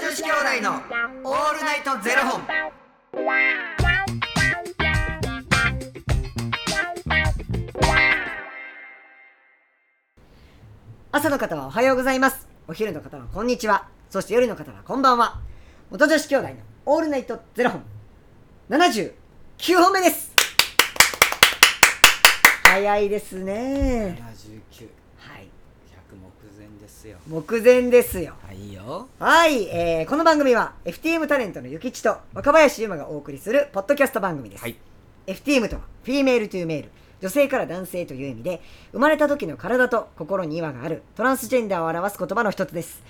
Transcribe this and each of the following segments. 子兄弟のオールナイトゼロ本。朝の方はおはようございます。お昼の方はこんにちは。そして夜の方はこんばんは。元女子兄弟のオールナイトゼロ本。79本目です。早いですね。 79、はい。 100目前ですよ。目前ですよ。はいよ。はい、えーこの番組は FTM タレントのゆきちと若林優馬がお送りするポッドキャスト番組です。はい。 FTM とはフィメールというメール女性から男性という意味で生まれた時の体と心に違和があるトランスジェンダーを表す言葉の一つです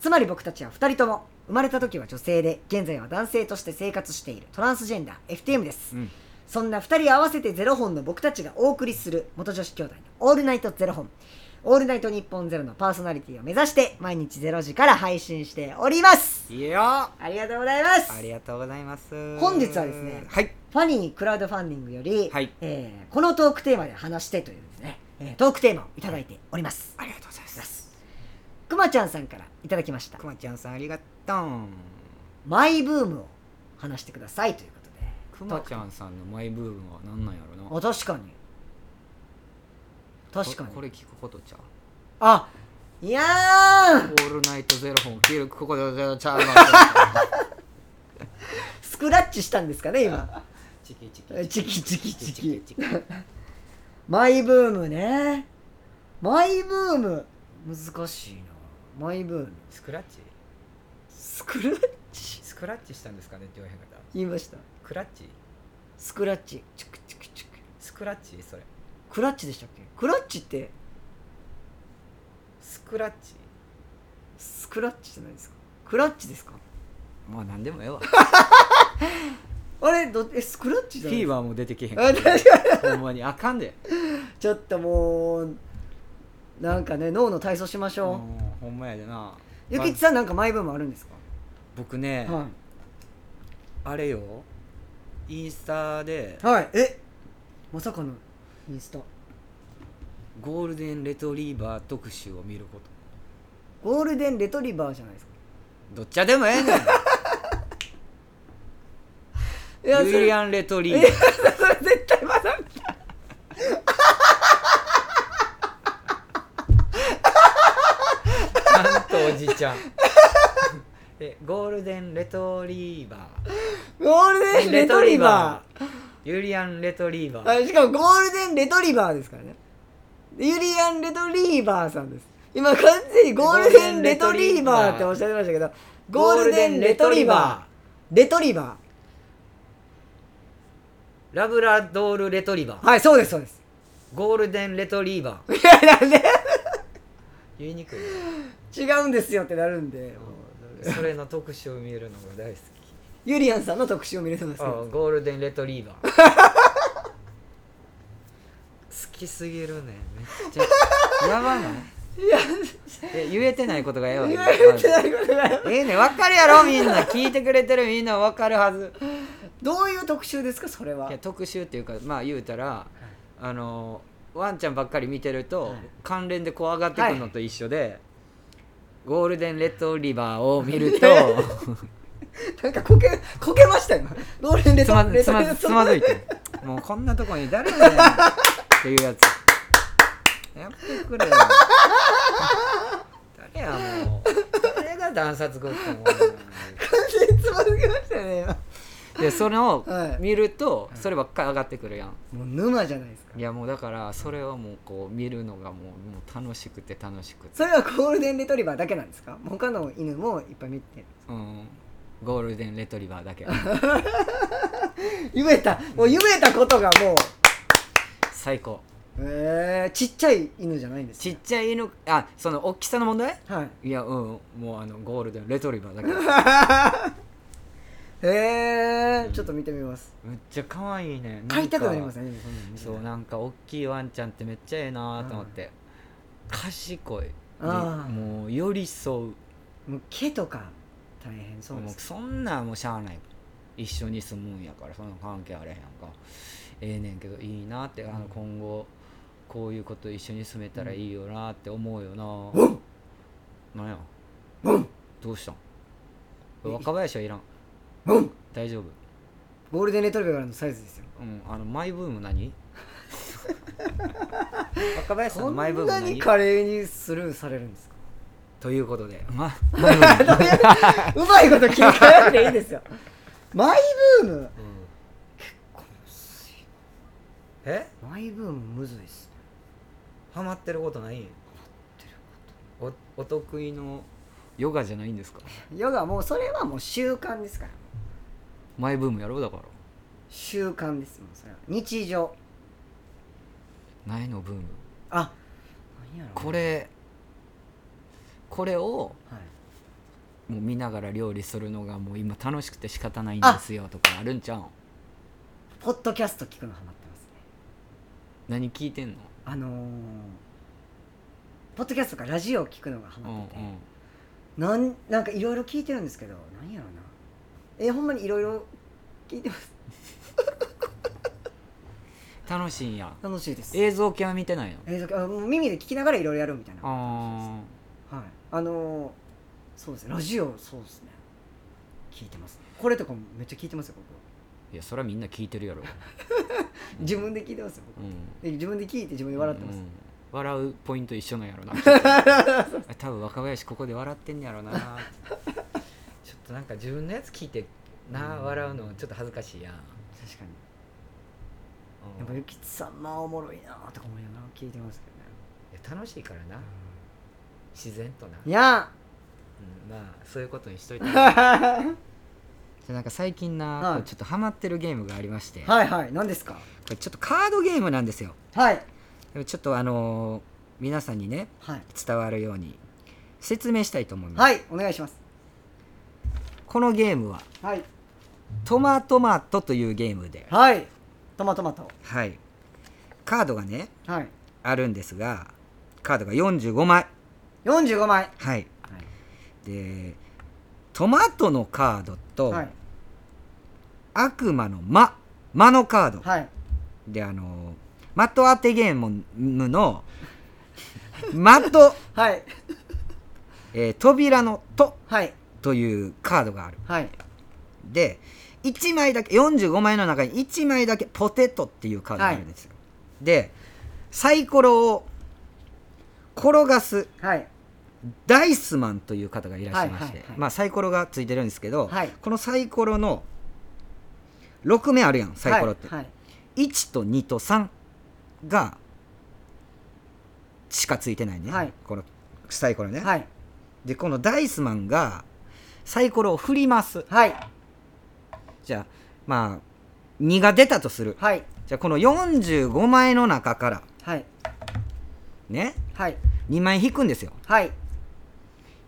つまり僕たちは2人とも生まれた時は女性で現在は男性として生活しているトランスジェンダー FTM です、うん。そんな2人合わせてゼロ本の僕たちがお送りする元女子兄弟の「オールナイトゼロ本」「オールナイトニッポンゼロのパーソナリティを目指して毎日0時から配信しておりますいいよ。あありがとうございますりがとうございます。本日はですねはい。ファニークラウドファンディングより、はいえーこのトークテーマで話してというですね、えートークテーマをいただいております。ありがとうございます。くまちゃんさんからいただきましたく。まちゃんさんありがとう。マイブームを話してくださいということで。くまちゃんさんのマイブームは何なんやろな。あ、確かに。確かここれに。聞くことちゃう。あ、いやオーんールナイトゼロ本聞くことちゃうち ゃう。スクラッチしたんですかね、今。チキチキ。チキチキチキ。キ。マイブームね。マイブーム。難しいな。マイブーム。スクラッチスクラッチスクラッチしたんですかねって言わへんかった。言いました。クラッチスクラッチ。チクチクチク。スクラッチそれ。クラッチでしたっけクラッチってスクラッチスクラッチじゃないですかクラッチですかまあ何でもええわ。あれどえスクラッチじフゃないィですーかバーも出てけへんあ確ほんまにあかんでちょっともうなんかね脳の体操しましうんょほんまやでなうゆきちさんなんかマイブームあるんですか僕ね、はあれよインスタでいはいえまさかのインスタゴールデンレトリーバー特集を見ることゴールデンレトリバーじゃないですかどっちでもええねいやそんユリれアンレトリーバーそれ絶対まだ見たなんとおじちゃん でゴールデンレトリーバゴールデーンレトリバーユリアンレトリーバーあしかもゴールデンレトリバーですからねユリアンレトリーバーさんです今完全にゴールデンレトリーバーっておっしゃってましたけどゴールデンレトリバーレトリバーラブラドールレトリバーーはいそうですそうです ゴールデンレトリーバーいやなんで言いにくい違うんですよってなるんでもうなそれの特集を見るのが大好きユリアンさんの特集を見るのがあ好きゴールデンレトリーバ ー好きすぎるねめっちゃやばないいやえ言えてないことがやばい言わ れてないことがええねわかるやろみんな聞いてくれてるみんなわかるはずどういう特集ですかそれはいや特集っていうかまあ言うたらあのワンちゃんばっかり見てると、はい関連で怖がってくるのと一緒で、ゴールデンレトリバーを見 るとなんかこけこけましたよ今ゴールデンレつトまレつトリまバーつまずいてもうこんなとこに誰やねんっていうやつやってくれよ誰やもう誰が断殺ごっこも 完全につまずきましたよね今でそれをはい見るとそればっかり上がってくるやんもう沼じゃないですかいやもうだからそれをもうこう見るのがもうもう楽しくて楽しくてそれはゴールデンレトリバーだけなんですか他の犬もいっぱい見てうんゴールデンレトリバーだけ 言えたもう言えたことがもう最高えー、ちっちゃい犬じゃないんですちっちゃい犬あその大きさの問題はいいやうんもうあのゴールデンレトリバーだけへえー、ちょっと見てみますめっちゃ可愛いねんか飼いたくなりますねそんなの見てたそうなんか大きいワンちゃんってめっちゃええなと思って、賢いであーもう寄り添うもう毛とか大変そうでもうすそんなんもうしゃあない一緒に住むんやからそんな関係あれへんやんかええねんけどいいなってあの今後こういうこと一緒に住めたらいいよなって思うよな、うんなんやうんどうしたん若林はいらんうん大丈夫ゴールデンレトリバーのサイズですようんあのマイブーム何 若林さんそのんマイブームなに何華麗にスルーされるんですか ということでまうまいこと切り替えなくていいですよマイブームうんこれむずいえマイブームむずいっすハマってることないおお得意のヨガじゃないんですかねヨガはもうそれはもう習慣ですからマイブームやろうだから習慣ですもうそれは日常ないのブームあ何やろこれこれをはいもう見ながら料理するのがもう今楽しくて仕方ないんですよとかあるんちゃうんポッドキャスト聞くのハマってますね何聞いてんのあのー、ポッドキャストとかラジオを聞くのがハうマんっうてて、なんなんかいろいろ聞いてるんですけどなんやろなえほんまにいろいろ聞いてますん楽しいんや楽しいです映像系は見てないのえー、あもう耳で聞きながらいろいろやるみたいなあはいあのー、そうですねラジオそうですね聞いてますねこれとかもめっちゃ聞いてますよ僕ーいやそれはみんな聞いてるやろ、うん自分で聞いてますよう僕、んで自分で聞いて自分で笑ってます、うん笑うポイント一緒なんや ろな多分若林ここで笑ってんねやろなちょっとなんか自分のやつ聞いてな笑うのちょっと恥ずかしいやん確かにやっぱゆきつさんまあおもろいなーとか思いながら聞いてますけどね楽しいからな自然とな、いや うんまあそういうことにしといたらーなんか最近な、はいこうちょっとハマってるゲームがありまして、こはいはい何ですかれちょっとカードゲームなんですよはいでもちょっとあのー皆さんにねはい伝わるように説明したいと思います、はいお願いしますこのゲームははいトマトマトというゲームで、はいトマトマトはい、カードがねはいあるんですがカードが45枚45枚はいはでトマトのカードと、はい悪魔の魔魔のカード、はいであの的当てゲームの的、 はいえー扉の「とはい」というカードがあるはいで1枚だけ45枚の中に1枚だけポテトっていうカードがあるんですよ、でサイコロを転がすはいダイスマンという方がいらっしゃいまして、はいはいはいまあ、サイコロがついてるんですけど、はいこのサイコロの6面あるやんサイコロって、はいはい1と2と3がしかついてないね、はいこのサイコロね、はいでこのダイスマンがサイコロを振りますはいじゃあまあ2が出たとするはいじゃあこの45枚の中からはいねはい2枚引くんですよはいし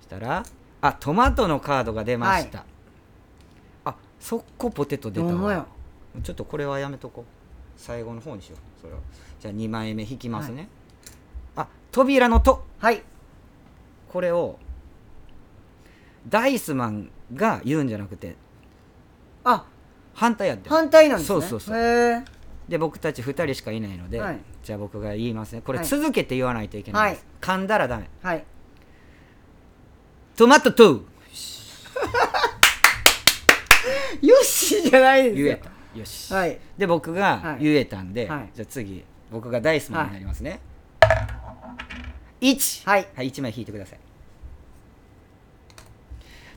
たらあトマトのカードが出ました、あそこポテト出たほんまやわちょっとこれはやめとこう最後の方にしようそれはじゃあ2枚目引きますね、あ扉の「とはい」これをダイスマンが言うんじゃなくてあ反対やって反対なんですねそうそうそうへーで僕たち2人しかいないので、はいじゃあ僕が言いますねこれはい続けて言わないといけないです、噛んだらダメはいトマトトゥよしじゃないです言よえたよし、はいで僕はがい言えたんで、はいじゃあ次僕がダイスマンになりますね、1はいはい、1枚引いてください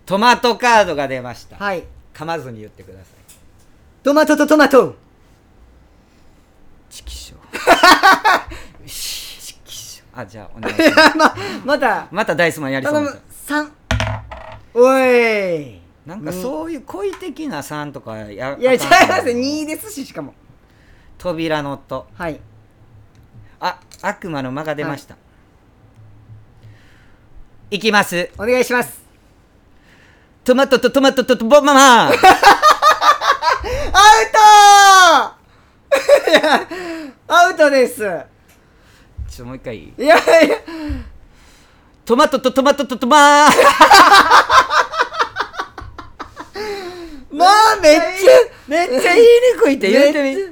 トマトカードが出ました、はい噛まずに言ってくださいトマトとトマト チキショー チキショーあじゃあお願いしますままたまたダイスマンやりそう頼になっむ三おいたなんかうそういう恋的な3とかやいや違いあかんます2ですししかも扉の音はいあ悪魔の間が出ました、い、きますお願いしますトマトとトマトとトボママア ウト アウトですいやちょっともう一回いいいやトマトとトマトとトマまあめっちゃめめっちゃ言いにくいって言うてみめちっちょ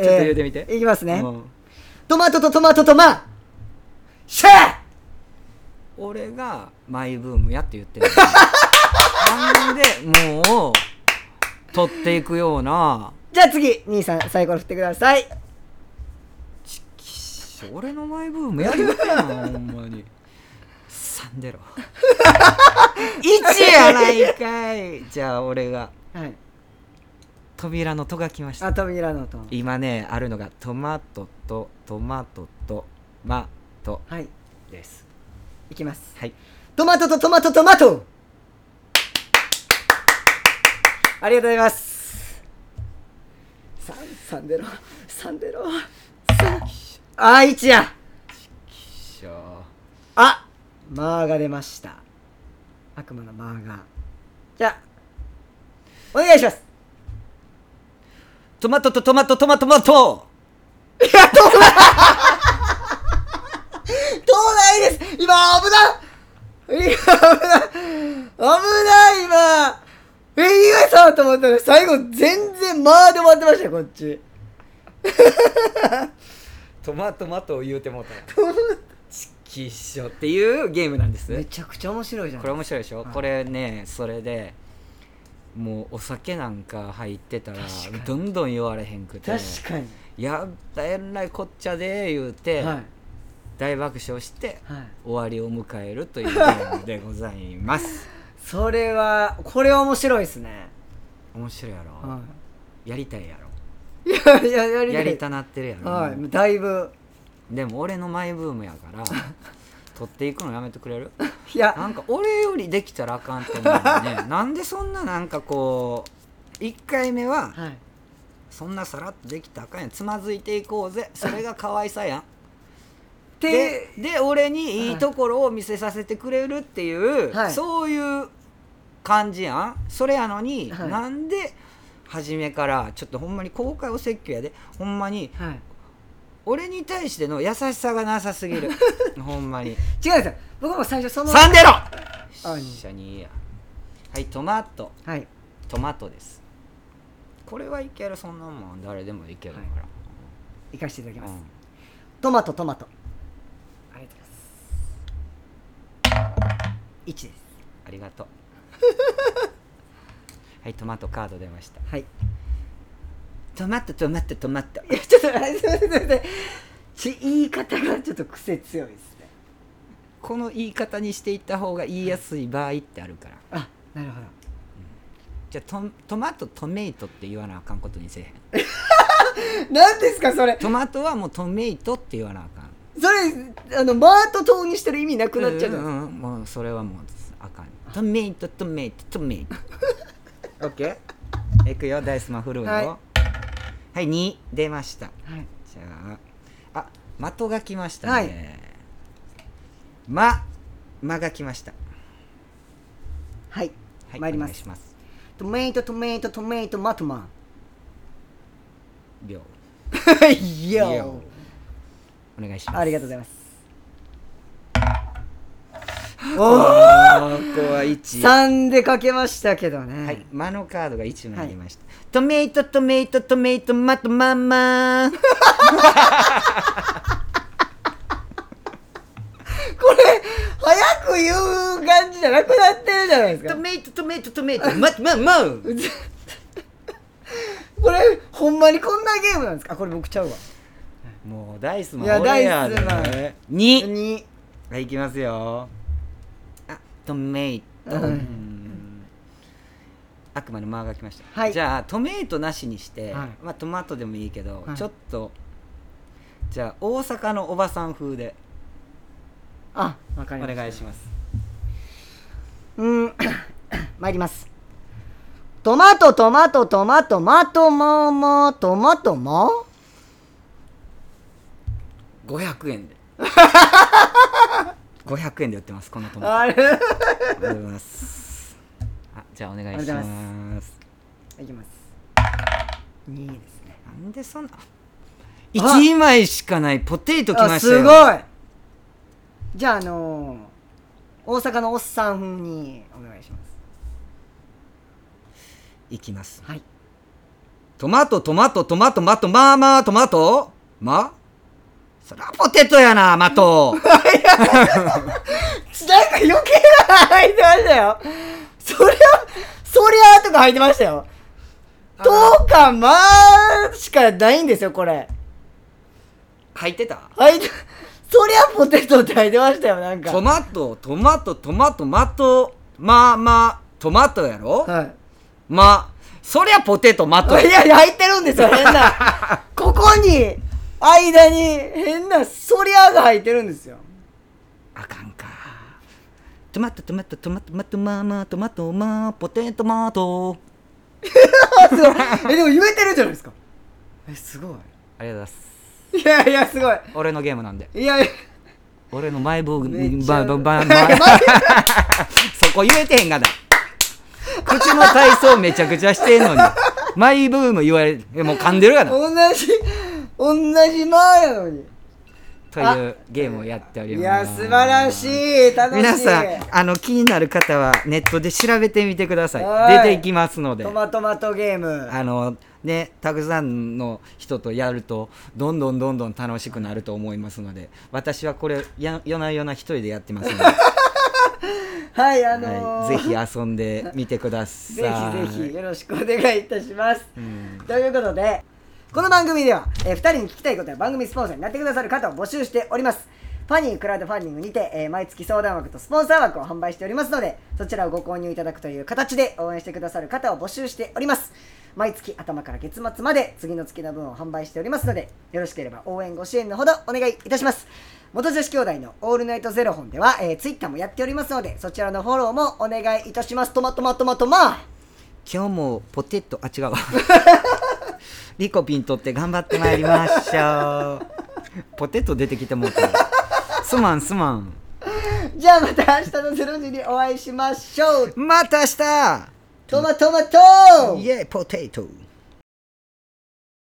っちと言うてみて、いきますねうんトマトとトマトとまシャー俺がマイブームやって言 ってるなんでもう取っていくようなじゃあ次兄さんサイコロ振ってくださいちきし俺のマイブームやりたいなほんまに3出ろ1やないかいじゃあ俺がはい扉の戸が来ましたあ扉の音今ねあるのがトマトとトマトとマトはいですいきますはいトマトとトマトトマトありがとうございます三三出ろ三出ろ三あ一やきしょあマーが出ました悪魔のマーがじゃあお願いしますトマトとトマトトマトマト東大です今危ないいや危ない危ない今え岩井さんと思ったら最後全然マーで終わってましたよこっちトマトマトを言うてもうたちきしょっていうゲームなんですめちゃくちゃ面白いじゃんこれ面白いでしょ、はいこれねそれでもうお酒なんか入ってたら確かにどんどん言われへんくて確かにやったえらいこっちゃで言うて、はい大爆笑してはい終わりを迎えるというゲームでございます それはこれは面白いですね、面白いやろ、はやりたいやろい、いやいややりやりたたなってるやろ、はいだいぶでも俺のマイブームやから 取っていくのやめてくれるいやなんか俺よりできたらあかんと思うよ ねなんでそんななんかこう1回目ははいそんなさらっとできたらあかんやんつまずいていこうぜそれが可愛さやんででで俺にいいところを見せさせてくれるっていう、はいそういう感じやんそれやのに、はいなんで初めからちょっとほんまに公開お説教やでほんまにはい、俺に対しての優しさがなさ すぎるほんまに違うんですよ僕も最初その3出ろあよっしゃにやはいトマトはいトマトですこれはいけるそんなもん誰でもいけるから、行かせていただきます、うんトマトトマトありがとうございます1ですありがとう はいトマトカード出ましたはいトマトトマトトマトいやちょっとあれすいませんすいませんち言い方がちょっと癖強いですねこの言い方にしていった方が言いやすい場合ってあるからあなるほどじゃあトトマトトメイトって言わなあかんことにせえへ ん何ですかそれトマトはもうトメイトって言わなあかんそれあのマート投にしてる意味なくなっちゃうじゃんないんんもうそれはもうあかんトメイトトメイトトメ イトオッケーいくよダイスマン振るわよははい、2出ましたはいじゃああ的が来ましたね、はま間が来ましたはい、はい参りまお願いすしますトメイトトメイトトメイトマトマン 秒いや秒お願いしますありがとうございますあーここは1は3でかけましたけどね、い、間のカードが1枚出ました、トメイトトメイトトメイトマトマンマンこれ早く言う感じじゃなくなってるじゃないですトかメイトトメイトトメイトマトマンマンこれほんまにこんなゲームなんですかあこれ僕ちゃうわもうダイスマンいや俺やでダイスマン2 2はいいきますよあトメイト、うんうん悪魔の間が来ました、はいじゃあトメイトなしにして、はいまあ、トマトでもいいけど、はいちょっとじゃあ大阪のおばさん風であわかおりました願いしますうーん 参りますトマトトマトトマトマトママトマトマ500 円で500円で売ってますこのトマトあれありがとうございますあじゃあお願いありしがとうございますいきます2ですねなんでそんな1枚しかないポテイトきまあしたよすごいじゃああのー、大阪のおっさん風にお願いしますいきますはいトマトトマトトマトマトまあまあトマトまそらポテトやなマト違なんか余計な入ってましたよ。そりゃ、そりゃーとか入ってましたよ。 あとかまあしかないんですよ、これ。入ってた入って、そりゃポテトって入ってましたよ、なんか。トマトトマトトマトマトまあまあトマトやろ、はい。まあそりゃポテトマトやいやいや、入ってるんですよ、変 な。ここに、間に、変な、そりゃーが入ってるんです よ。あかんかトマトトマトトマトマトママトマトマポテトマトあすごい。え、でも言えてるじゃないですか。え、すごありがとうございますい。いやいや、すごい。俺のゲームなんでいやいや。俺のマイブめっーちゃババババそこ言えてへんがな口の体操めちゃくちゃしてんのにマイブーム言われもう噛んでるがな 同じ同じ前なのにというゲームをやっておりいまやす素晴らしい楽しい皆さんあの気になる方はネットで調べてみてくださはいい出てきますのでトマトマトゲームあのねたくさんの人とやるとどんどんどんどん楽しくなると思いますので私はこれや夜な夜な一人でやってますので、はい あのーはい、ぜひ遊んでみてくださいぜひぜひよろしくお願いいたします、んということでこの番組では、え2人に聞きたいことや番組スポンサーになってくださる方を募集しておりますファニークラウドファンディングにて、えー毎月相談枠とスポンサー枠を販売しておりますのでそちらをご購入いただくという形で応援してくださる方を募集しております毎月頭から月末まで次の月の分を販売しておりますのでよろしければ応援ご支援のほどお願いいたします元女子兄弟のオールナイトゼロ本では、えー、ツイッターもやっておりますのでそちらのフォローもお願いいたしますトマトマトマトマ今日もポテトあ違う リコピン取って頑張ってまいりましょうポテト出てきてもうたすまんすまんじゃあまた明日の0時にお会いしましょうまた明日トマトマトイエーイポテト